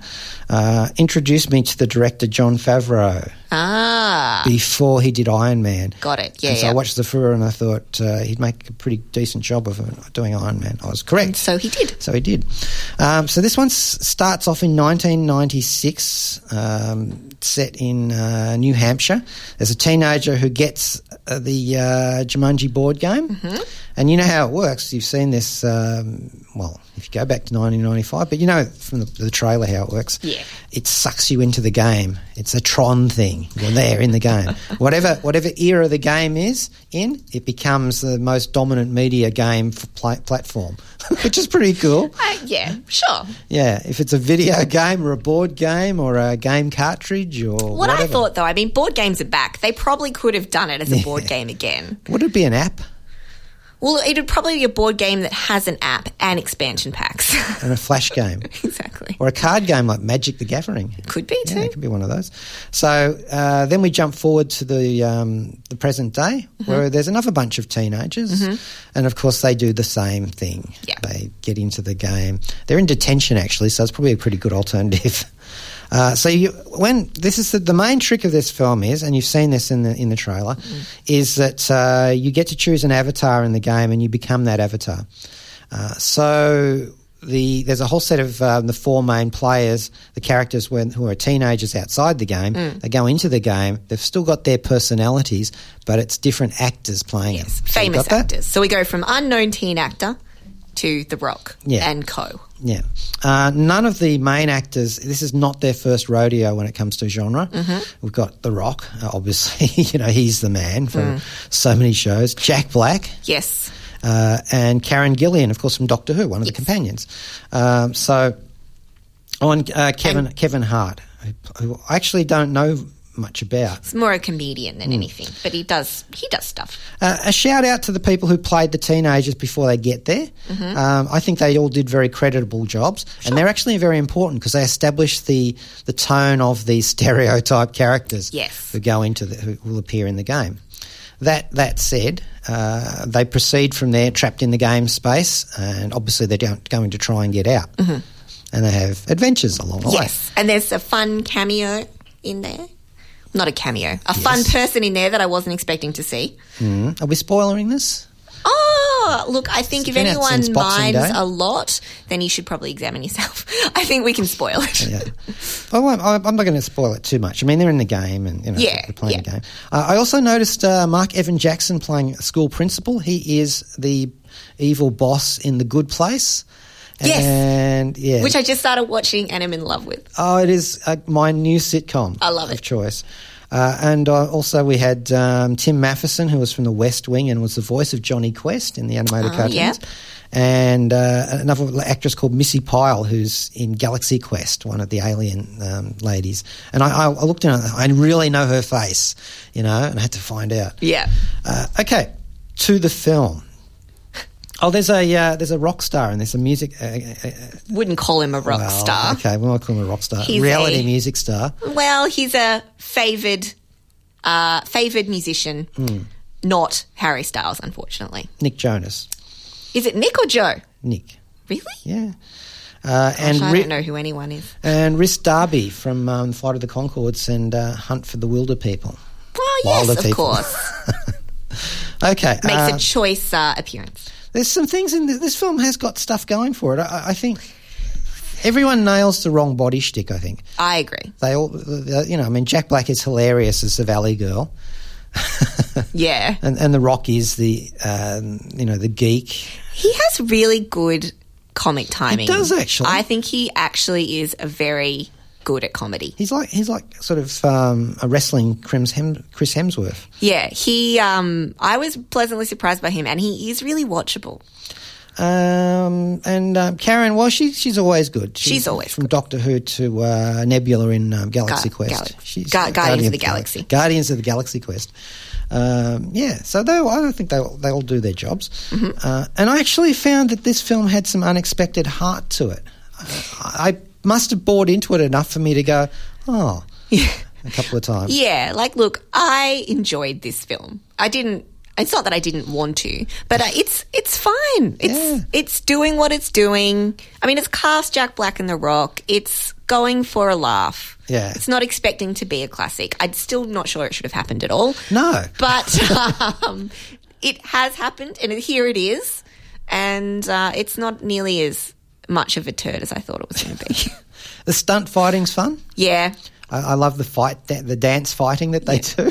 Speaker 2: Uh, introduced me to the director John Favreau,
Speaker 3: Ah,
Speaker 2: before he did Iron Man.
Speaker 3: got it. Yeah,
Speaker 2: and so
Speaker 3: yeah.
Speaker 2: I watched the Fuhrer and I thought uh, he'd make a pretty decent job of it, doing Iron Man. I was correct.
Speaker 3: so he did.
Speaker 2: So he did. Um, so this one s- starts off in 1996, um, set in uh, New Hampshire. There's a teenager who gets uh, the uh, Jumanji board game, and you know how it works. You've seen this, um, well, if you go back to 1995, but you know from the, the trailer how it works.
Speaker 3: Yeah.
Speaker 2: it sucks you into the game. It's a Tron thing. You're there in the game. whatever whatever era the game is in, it becomes the most dominant media game for pla- platform, which is pretty cool.
Speaker 3: Uh, yeah, sure.
Speaker 2: Yeah, if it's a video game or a board game or a game cartridge or
Speaker 3: What
Speaker 2: whatever.
Speaker 3: I thought, though, I mean, board games are back. They probably could have done it as a board game again.
Speaker 2: would it be an app
Speaker 3: Well, it would probably be a board game that has an app and expansion packs.
Speaker 2: and a flash game
Speaker 3: exactly.
Speaker 2: or a card game like Magic the Gathering?
Speaker 3: Could be
Speaker 2: Yeah,
Speaker 3: too.
Speaker 2: it could be one of those. So uh, then we jump forward to the um, the present day,
Speaker 3: Mm-hmm.
Speaker 2: where there's another bunch of teenagers, and of course they do the same thing.
Speaker 3: Yeah.
Speaker 2: They get into the game. They're in detention actually, so it's probably a pretty good alternative. Uh, so you, when this is the, the main trick of this film is, and you've seen this in the in the trailer,
Speaker 3: Mm.
Speaker 2: is that uh, you get to choose an avatar in the game and you become that avatar. Uh, so the there's a whole set of um, the four main players, the characters when, who are teenagers outside the game.
Speaker 3: Mm.
Speaker 2: They go into the game. They've still got their personalities, but it's different actors playing
Speaker 3: Yes,
Speaker 2: it. So you got
Speaker 3: famous
Speaker 2: that?
Speaker 3: actors. So we go from unknown teen actor to The Rock
Speaker 2: Yeah.
Speaker 3: and Co.
Speaker 2: Yeah. Uh, none of the main actors, this is not their first rodeo when it comes to genre. We've got The Rock, uh, obviously, you know, he's the man for so many shows. Jack Black,
Speaker 3: Yes,
Speaker 2: uh, and Karen Gillian, of course, from Doctor Who, one of the companions. Um, so, on uh, Kevin Kevin Hart, who, who I actually don't know much about.
Speaker 3: it's more a comedian
Speaker 2: Hmm.
Speaker 3: than anything, but he does he does stuff.
Speaker 2: Uh, a shout out to the people who played the teenagers before they get there.
Speaker 3: Mm-hmm.
Speaker 2: Um, I think they all did very creditable jobs, and they're actually very important because they establish the the tone of these stereotype characters
Speaker 3: Yes.
Speaker 2: who go into the, who will appear in the game. That that said, uh, they proceed from there, trapped in the game space, and obviously they're don't- going to try and get out, and they have adventures along the way.
Speaker 3: Mm-hmm. Yes, and there's a fun cameo in there. Not a cameo, a fun person in there that I wasn't expecting to see.
Speaker 2: Mm. Are we spoiling this?
Speaker 3: Oh, look, I think if
Speaker 2: been out since
Speaker 3: anyone
Speaker 2: Boxing
Speaker 3: minds
Speaker 2: Day.
Speaker 3: a lot, then you should probably examine yourself. I think we can spoil it.
Speaker 2: yeah. Well, I'm, I'm not going to spoil it too much. I mean, they're in the game, and you know,
Speaker 3: Yeah,
Speaker 2: they're playing the
Speaker 3: yeah.
Speaker 2: game. Uh, I also noticed uh, Mark Evan Jackson playing a school principal. He is the evil boss in The Good Place.
Speaker 3: Yes.
Speaker 2: And yeah,
Speaker 3: Which I just started watching and am in love with.
Speaker 2: oh, it is uh, my new sitcom.
Speaker 3: I love
Speaker 2: of
Speaker 3: it.
Speaker 2: choice. Uh, and uh, also we had um, Tim Matheson, who was from The West Wing and was the voice of Johnny Quest in the animated
Speaker 3: Oh,
Speaker 2: cartoons.
Speaker 3: yeah.
Speaker 2: And uh, another l- actress called Missy Pyle, who's in Galaxy Quest, one of the alien um, ladies. And I, I, I looked in, I really know her face, you know, and I had to find out.
Speaker 3: Yeah.
Speaker 2: Uh, okay, to the film. Oh, there's a uh, there's a rock star and there's a music uh, uh,
Speaker 3: Wouldn't call him a rock
Speaker 2: well,
Speaker 3: star.
Speaker 2: Okay, we might call him a rock star,
Speaker 3: He's
Speaker 2: reality
Speaker 3: a-
Speaker 2: music star.
Speaker 3: Well, he's a favoured uh, favoured musician.
Speaker 2: Hmm.
Speaker 3: Not Harry Styles, unfortunately.
Speaker 2: Nick Jonas.
Speaker 3: Is it Nick or Joe?
Speaker 2: Nick.
Speaker 3: Really?
Speaker 2: Yeah. Uh, and
Speaker 3: I
Speaker 2: Ri-
Speaker 3: don't know who anyone is.
Speaker 2: and Rhys Darby from um, Flight of the Concords and uh, Hunt for the Wilder People.
Speaker 3: Well,
Speaker 2: Wilder
Speaker 3: yes, of
Speaker 2: people.
Speaker 3: course.
Speaker 2: Okay, uh,
Speaker 3: Makes a choice uh, appearance.
Speaker 2: there's some things in th- this film has got stuff going for it. I, I think everyone nails the wrong body shtick. I think
Speaker 3: I agree.
Speaker 2: they all, uh, you know, I mean, Jack Black is hilarious as the Valley Girl,
Speaker 3: Yeah.
Speaker 2: and and The Rock is the um, you know the geek.
Speaker 3: He has really good comic timing.
Speaker 2: does actually.
Speaker 3: I think he actually is a very good at comedy.
Speaker 2: He's like he's like sort of um, a wrestling Crims Hem- Chris Hemsworth.
Speaker 3: Yeah, he. Um, I was pleasantly surprised by him, and he is really watchable.
Speaker 2: Um, and um, Karen, well, she, she's always good.
Speaker 3: She's always
Speaker 2: from Doctor Who to uh, Nebula in um, Galaxy
Speaker 3: Ga-
Speaker 2: Quest.
Speaker 3: Gal-
Speaker 2: she's
Speaker 3: Ga- Guardians
Speaker 2: Guardian
Speaker 3: of the Galaxy.
Speaker 2: Guardians of the Galaxy Quest. Um, yeah, so they, all- I don't think they all- they all do their jobs.
Speaker 3: Mm-hmm.
Speaker 2: Uh, and I actually found that this film had some unexpected heart to it. Uh, I, I must have bought into it enough for me to go, oh, a couple of times.
Speaker 3: Yeah, like, look, I enjoyed this film. I didn't. It's not that I didn't want to, but uh, it's it's fine. It's it's doing what it's doing. I mean, it's cast Jack Black and The Rock. It's going for a laugh.
Speaker 2: Yeah.
Speaker 3: it's not expecting to be a classic. I'm still not sure it should have happened at all.
Speaker 2: No.
Speaker 3: but um, it has happened, and here it is. And uh, it's not nearly as much of a turd as I thought it was going to be.
Speaker 2: The stunt fighting's fun.
Speaker 3: yeah,
Speaker 2: I, I love the fight, da- the dance fighting that they do,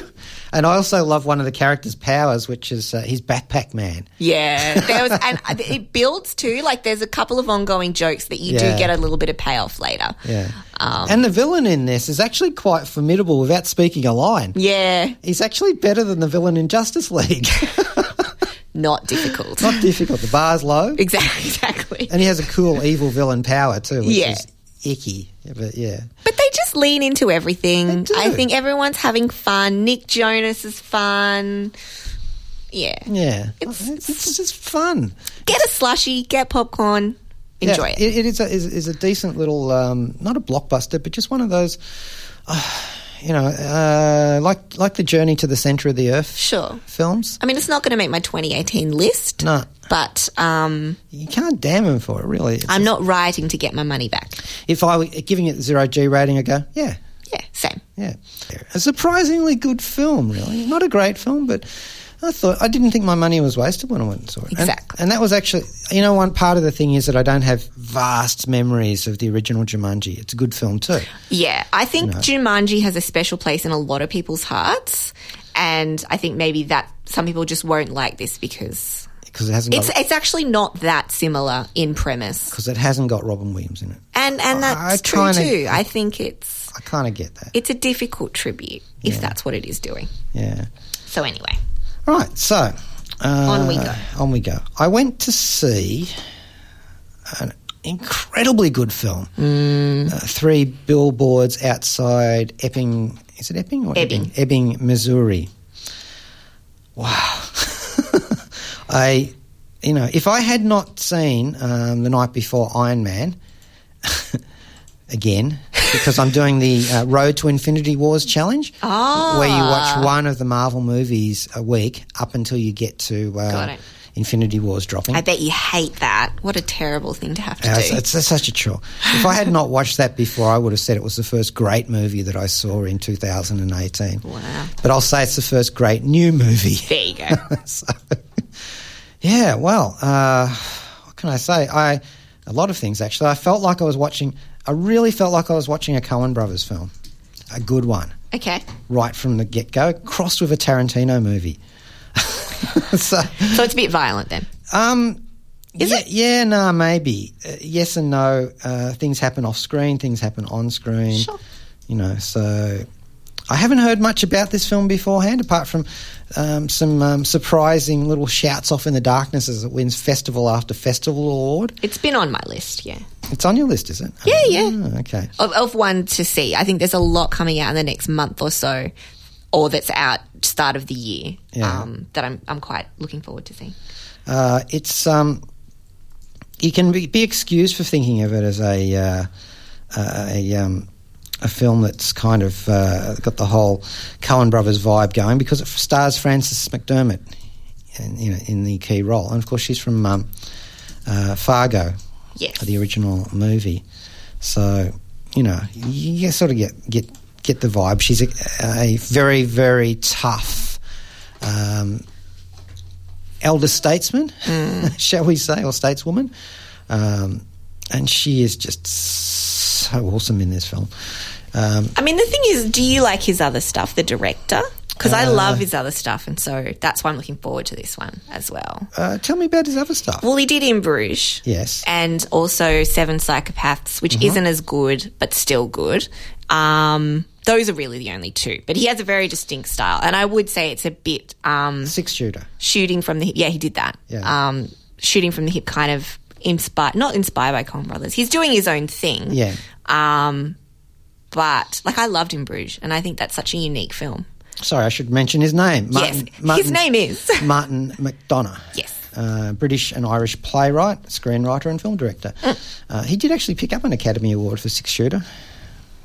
Speaker 2: and I also love one of the characters' powers, which is uh, he's Backpack Man.
Speaker 3: Yeah, there was, and it builds too. Like, there's a couple of ongoing jokes that you
Speaker 2: Yeah.
Speaker 3: do get a little bit of payoff later. Um,
Speaker 2: Yeah, and the villain in this is actually quite formidable without speaking a line.
Speaker 3: Yeah,
Speaker 2: He's actually better than the villain in Justice League.
Speaker 3: not difficult.
Speaker 2: Not difficult. The bar's low,
Speaker 3: exactly, exactly.
Speaker 2: and he has a cool evil villain power too, which
Speaker 3: Yeah.
Speaker 2: is icky. But yeah,
Speaker 3: But they just lean into everything.
Speaker 2: do.
Speaker 3: I think everyone's having fun. Nick Jonas is fun. Yeah,
Speaker 2: yeah,
Speaker 3: It's-
Speaker 2: it's, it's, just fun.
Speaker 3: get a slushy, get popcorn, enjoy
Speaker 2: Yeah,
Speaker 3: it.
Speaker 2: It is a, is, is a decent little, um, not a blockbuster, but just one of those, uh, you know, uh, like like the Journey to the Center of the Earth
Speaker 3: Sure.
Speaker 2: films.
Speaker 3: I mean, it's not going to make my 2018 list.
Speaker 2: No.
Speaker 3: But um,
Speaker 2: You can't damn him for it, really. It's-
Speaker 3: I'm not rioting to get my money back.
Speaker 2: If I were giving it zero G rating, I go, yeah,
Speaker 3: Yeah, same.
Speaker 2: yeah. A surprisingly good film, really. Not a great film, but. I thought I didn't think my money was wasted when I went and saw it. And-
Speaker 3: Exactly.
Speaker 2: and that was actually, you know, one part of the thing is that I don't have vast memories of the original Jumanji. It's a good film too.
Speaker 3: Yeah, I think Jumanji has a special place in a lot of people's hearts, and I think maybe that some people just won't like this because
Speaker 2: because it hasn't
Speaker 3: it's
Speaker 2: got
Speaker 3: it's actually not that similar in premise,
Speaker 2: because it hasn't got Robin Williams in it.
Speaker 3: and and
Speaker 2: I
Speaker 3: that's true
Speaker 2: kinda-
Speaker 3: too. I think it's
Speaker 2: I kind of get that.
Speaker 3: it's a difficult tribute if that's what it is doing.
Speaker 2: Yeah.
Speaker 3: So anyway,
Speaker 2: Right. So uh,
Speaker 3: On we go.
Speaker 2: On we go. I went to see an incredibly good film.
Speaker 3: Mm.
Speaker 2: Uh, three billboards outside Epping. Is it Epping or
Speaker 3: Ebbing.
Speaker 2: Ebbing, Ebbing Missouri. Wow. I, you know, if I had not seen um, the night before Iron Man. Again, because I'm doing the uh, Road to Infinity Wars challenge,
Speaker 3: Oh,
Speaker 2: where you
Speaker 3: Ah.
Speaker 2: watch one of the Marvel movies a week up until you get to uh,
Speaker 3: Got it.
Speaker 2: Infinity Wars dropping.
Speaker 3: I bet you hate that. What a terrible thing to have to
Speaker 2: Yeah,
Speaker 3: do.
Speaker 2: it's, it's, it's such a chore. If I had not watched that before, I would have said it was the first great movie that I saw in 2018.
Speaker 3: Wow.
Speaker 2: But I'll say it's the first great new movie.
Speaker 3: there you go.
Speaker 2: so, yeah, well, uh, what can I say? I a lot of things actually. I felt like I was watching. I really felt like I was watching a Coen Brothers film, a good one,
Speaker 3: okay,
Speaker 2: right from the get go, crossed with a Tarantino movie. so,
Speaker 3: so it's a bit violent then.
Speaker 2: um,
Speaker 3: Is
Speaker 2: yeah,
Speaker 3: it?
Speaker 2: Yeah, nah, maybe. Uh, yes and no. Uh, things happen off screen. Things happen on screen.
Speaker 3: Sure.
Speaker 2: You know, so I haven't heard much about this film beforehand, apart from um, some um, surprising little shouts off in the darkness as it wins festival after festival award.
Speaker 3: It's been on my list. Yeah.
Speaker 2: It's on your list, is it?
Speaker 3: Yeah, yeah.
Speaker 2: Ah, okay.
Speaker 3: of, of one to see. I think there's a lot coming out in the next month or so, or that's out start of the year.
Speaker 2: Yeah.
Speaker 3: Um, that I'm I'm quite looking forward to seeing.
Speaker 2: Uh, it's um, you can be, be excused for thinking of it as a uh, a um, a film that's kind of uh, got the whole Coen Brothers vibe going because it stars Frances McDermott in, you know, in the key role, and of course she's from um, uh, Fargo,
Speaker 3: Yes.
Speaker 2: the original movie. So you know, you, you sort of get get get the vibe. She's a, a very very tough. Um, elder statesman, shall we say, or stateswoman. Um, and she is just so awesome in this film. Um,
Speaker 3: I mean, the thing is, do you like his other stuff, the director? Because
Speaker 2: Uh.
Speaker 3: I love his other stuff, and so that's why I'm looking forward to this one as well.
Speaker 2: uh, tell me about his other stuff.
Speaker 3: Well, he did In Bruges.
Speaker 2: Yes.
Speaker 3: And also Seven Psychopaths, which
Speaker 2: Mm-hmm.
Speaker 3: isn't as good, but still good. Um, those are really the only two. But he has a very distinct style. And I would say it's a bit um,
Speaker 2: Six shooter.
Speaker 3: shooting from the hip. Yeah, he did that.
Speaker 2: Yeah.
Speaker 3: Um, shooting from the hip, kind of inspired, not inspired by Coen Brothers. He's doing his own thing.
Speaker 2: Yeah.
Speaker 3: Um, but like I loved In Bruges, and I think that's such a unique film.
Speaker 2: Sorry, I should mention his name.
Speaker 3: yes, his name is
Speaker 2: Martin McDonough.
Speaker 3: Yes.
Speaker 2: Uh, British and Irish playwright, screenwriter, and film director.
Speaker 3: Mm.
Speaker 2: Uh, he did actually pick up an Academy Award for Six uh, Shooter,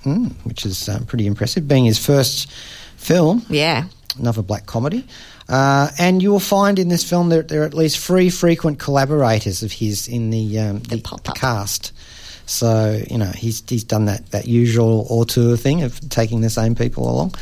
Speaker 2: mm, which is um, pretty impressive, being his first film.
Speaker 3: yeah.
Speaker 2: another black comedy. Uh, and you will find in this film that there are at least three frequent collaborators of his in the, um, the,
Speaker 3: pop-up.
Speaker 2: cast. So you know he's he's done that that usual auteur thing of taking the same people along.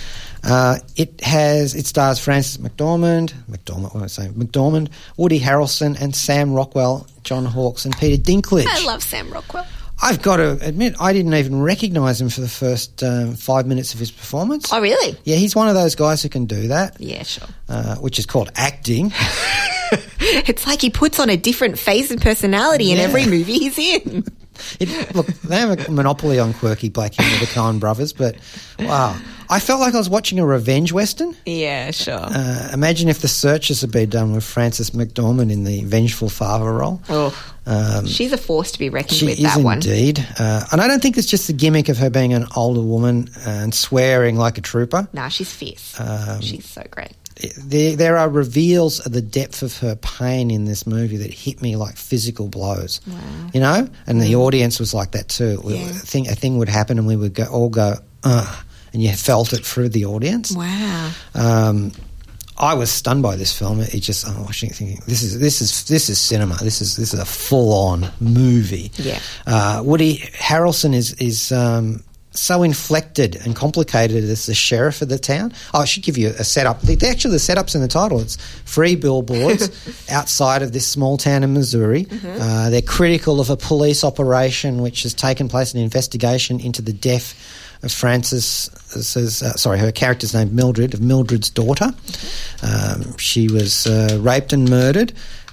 Speaker 2: Uh, it has it stars Francis McDormand, McDormand, what am I saying? McDormand, Woody Harrelson, and Sam Rockwell, John Hawkes, and Peter Dinklage.
Speaker 3: I love Sam Rockwell.
Speaker 2: I've got to admit, I didn't even recognise him for the first um, five minutes of his performance.
Speaker 3: Oh, really?
Speaker 2: Yeah, he's one of those guys who can do that,
Speaker 3: Yeah, sure.
Speaker 2: uh, which is called acting.
Speaker 3: It's like he puts on a different face and personality in
Speaker 2: Yeah.
Speaker 3: every movie he's in.
Speaker 2: It, look, they have a monopoly on quirky black humour, the Coen brothers, but wow. I felt like I was watching a revenge western.
Speaker 3: Yeah, sure.
Speaker 2: Uh, imagine if The Searchers had been done with Frances McDormand in the vengeful father role. Um,
Speaker 3: oh, she's a force to be reckoned
Speaker 2: She
Speaker 3: with.
Speaker 2: is
Speaker 3: That one.
Speaker 2: indeed. Uh, and I don't think it's just the gimmick of her being an older woman and swearing like a trooper.
Speaker 3: Nah, she's fierce.
Speaker 2: Um,
Speaker 3: she's so great.
Speaker 2: there, there are reveals of the depth of her pain in this movie that hit me like physical blows. You know, and the audience was like that too. We-
Speaker 3: Yeah.
Speaker 2: A thing, a thing would happen, and we would go, all go, Ugh, and you felt it through the audience.
Speaker 3: Wow.
Speaker 2: Um, I was stunned by this film. It just I'm watching it thinking this is this is this is cinema. This is this is a full on movie.
Speaker 3: Yeah.
Speaker 2: Uh, Woody Harrelson is is um, so inflected and complicated as the sheriff of the town. Oh, I should give you a setup. The, the- actually the setup's in the title. It's free billboards outside of this small town in Missouri. Uh, they're critical of a police operation which has taken place an investigation into the death of Frances, says, uh, sorry, her character's name Mildred, of Mildred's daughter. Um, she was uh, raped and murdered,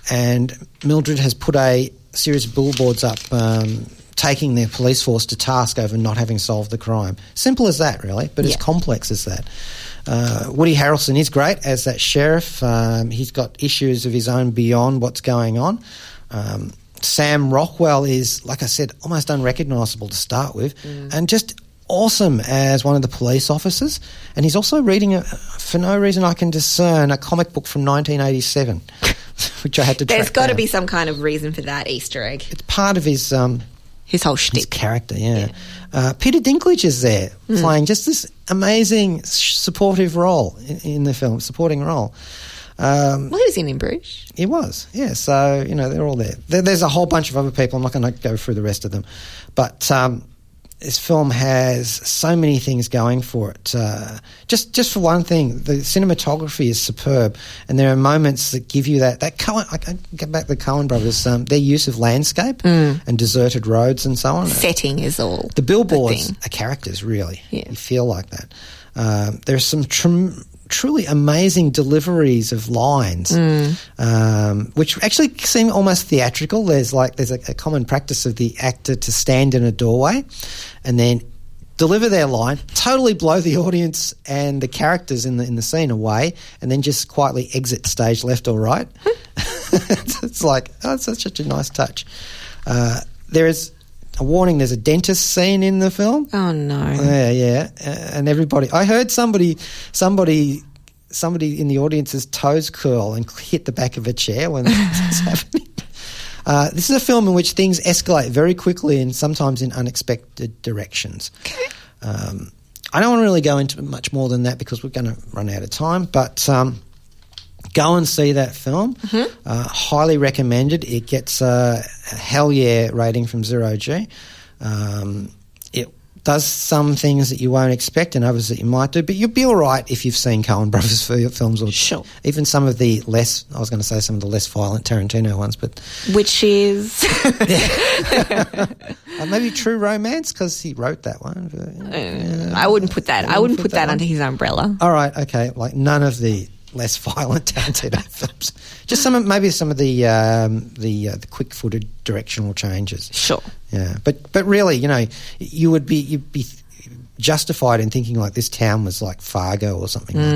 Speaker 2: and Mildred has put a series of billboards up um, taking their police force to task over not having solved the crime. Simple as that, really, but
Speaker 3: Yeah.
Speaker 2: it's complex as that. Uh, Woody Harrelson is great as that sheriff. Um, he's got issues of his own beyond what's going on. Um, Sam Rockwell is, like I said, almost unrecognizable to start with, and just awesome as one of the police officers. And he's also reading, a, for no reason I can discern, a comic book from 1987, which I had to.
Speaker 3: There's
Speaker 2: track
Speaker 3: got to
Speaker 2: down.
Speaker 3: be some kind of reason for that Easter egg.
Speaker 2: It's part of his. Um,
Speaker 3: His whole
Speaker 2: his
Speaker 3: shtick.
Speaker 2: character, yeah. Uh, Peter Dinklage is there
Speaker 3: Hmm.
Speaker 2: playing just this amazing s- supportive role in, in the film, supporting role. Um,
Speaker 3: Well, he was in in Bruges.
Speaker 2: he was, yeah. So you know they're all there. there there's a whole bunch of other people. I'm not going to go through the rest of them, but um, this film has so many things going for it. Uh, just just for one thing, the cinematography is superb, and there are moments that give you that that Cohen. I can get back to the Cohen brothers. Um, their use of landscape and deserted roads and so on.
Speaker 3: Setting is all.
Speaker 2: The billboards
Speaker 3: thing.
Speaker 2: are characters, really.
Speaker 3: Yeah.
Speaker 2: You feel like that. Um, there's some trim, truly amazing deliveries of lines, um, which actually seem almost theatrical. There's like there's a, a common practice of the actor to stand in a doorway and then deliver their line, totally blow the audience and the characters in the in the scene away, and then just quietly exit stage left or right. it's, it's like oh, it's such a nice touch. Uh, there is a warning. There's a dentist scene in the film.
Speaker 3: Oh no.
Speaker 2: Yeah, yeah, uh, and everybody. I heard somebody, somebody, somebody in the audience's toes curl and hit the back of a chair when this happening. Uh, this is a film in which things escalate very quickly and sometimes in unexpected directions. Um, I don't want to really go into much more than that because we're going to run out of time, but. Um, Go and see that film. Uh, highly recommended. It gets a, a hell yeah rating from Zero G. Um, it does some things that you won't expect and others that you might do, but you'll be all right if you've seen Coen Brothers fi- films or
Speaker 3: Sure.
Speaker 2: even some of the less, I was going to say some of the less violent Tarantino ones, but
Speaker 3: Which is.
Speaker 2: uh, maybe True Romance because he wrote that one. but-
Speaker 3: I wouldn't put that. I wouldn't put that under his umbrella.
Speaker 2: All right, okay, like none of the less violent Tarantino films. Just some, of, maybe some of the um, the, uh, the quick footed directional changes.
Speaker 3: Sure.
Speaker 2: Yeah, but but really, you know, you would be you'd be justified in thinking like this town was like Fargo or something like that,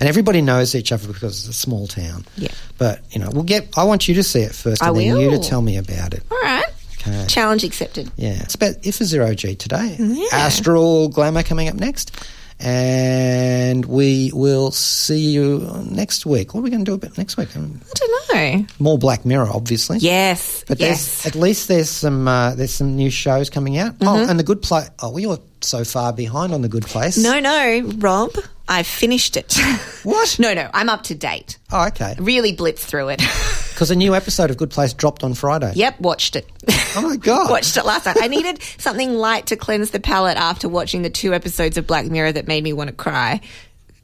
Speaker 2: and everybody knows each other because it's a small town.
Speaker 3: Mm. Yeah.
Speaker 2: but you know, we'll get. I want you to see it first,
Speaker 3: I
Speaker 2: and then you to
Speaker 3: will.
Speaker 2: tell me about it.
Speaker 3: All right.
Speaker 2: Okay.
Speaker 3: Challenge accepted.
Speaker 2: Yeah, it's about if a zero G today. Astral Glamour coming up next. And we will see you next week. What are we going to do about next week? Um,
Speaker 3: I don't know.
Speaker 2: More Black Mirror, obviously.
Speaker 3: Yes.
Speaker 2: But
Speaker 3: yes.
Speaker 2: there's at least there's some uh, there's some new shows
Speaker 3: Mm-hmm.
Speaker 2: coming out. Oh, and the Good Place. Oh, we were so far behind on the Good Place.
Speaker 3: No, no, Rob. I've finished it.
Speaker 2: What?
Speaker 3: No, no, I'm up to date.
Speaker 2: Oh, okay.
Speaker 3: Really blitz through it.
Speaker 2: Because a new episode of Good Place dropped on Friday.
Speaker 3: yep, watched it.
Speaker 2: Oh my God.
Speaker 3: watched it last night. I needed something light to cleanse the palate after watching the two episodes of Black Mirror that made me want to cry.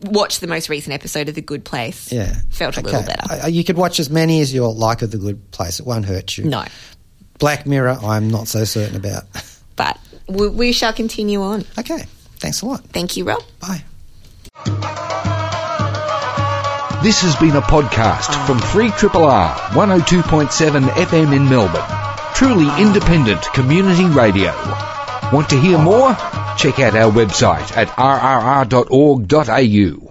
Speaker 3: Watched the most recent episode of The Good Place.
Speaker 2: Yeah.
Speaker 3: Felt a little better.
Speaker 2: I- I- you could watch as many as you like of The Good Place. It won't hurt you.
Speaker 3: no,
Speaker 2: Black Mirror, I'm not so certain about.
Speaker 3: but we, we shall continue on.
Speaker 2: Okay. Thanks a lot.
Speaker 3: Thank you, Rob.
Speaker 2: Bye.
Speaker 6: This has been a podcast from 3RRR 102.7 FM in Melbourne. Truly independent community radio. Want to hear more? Check out our website at rrr.org.au.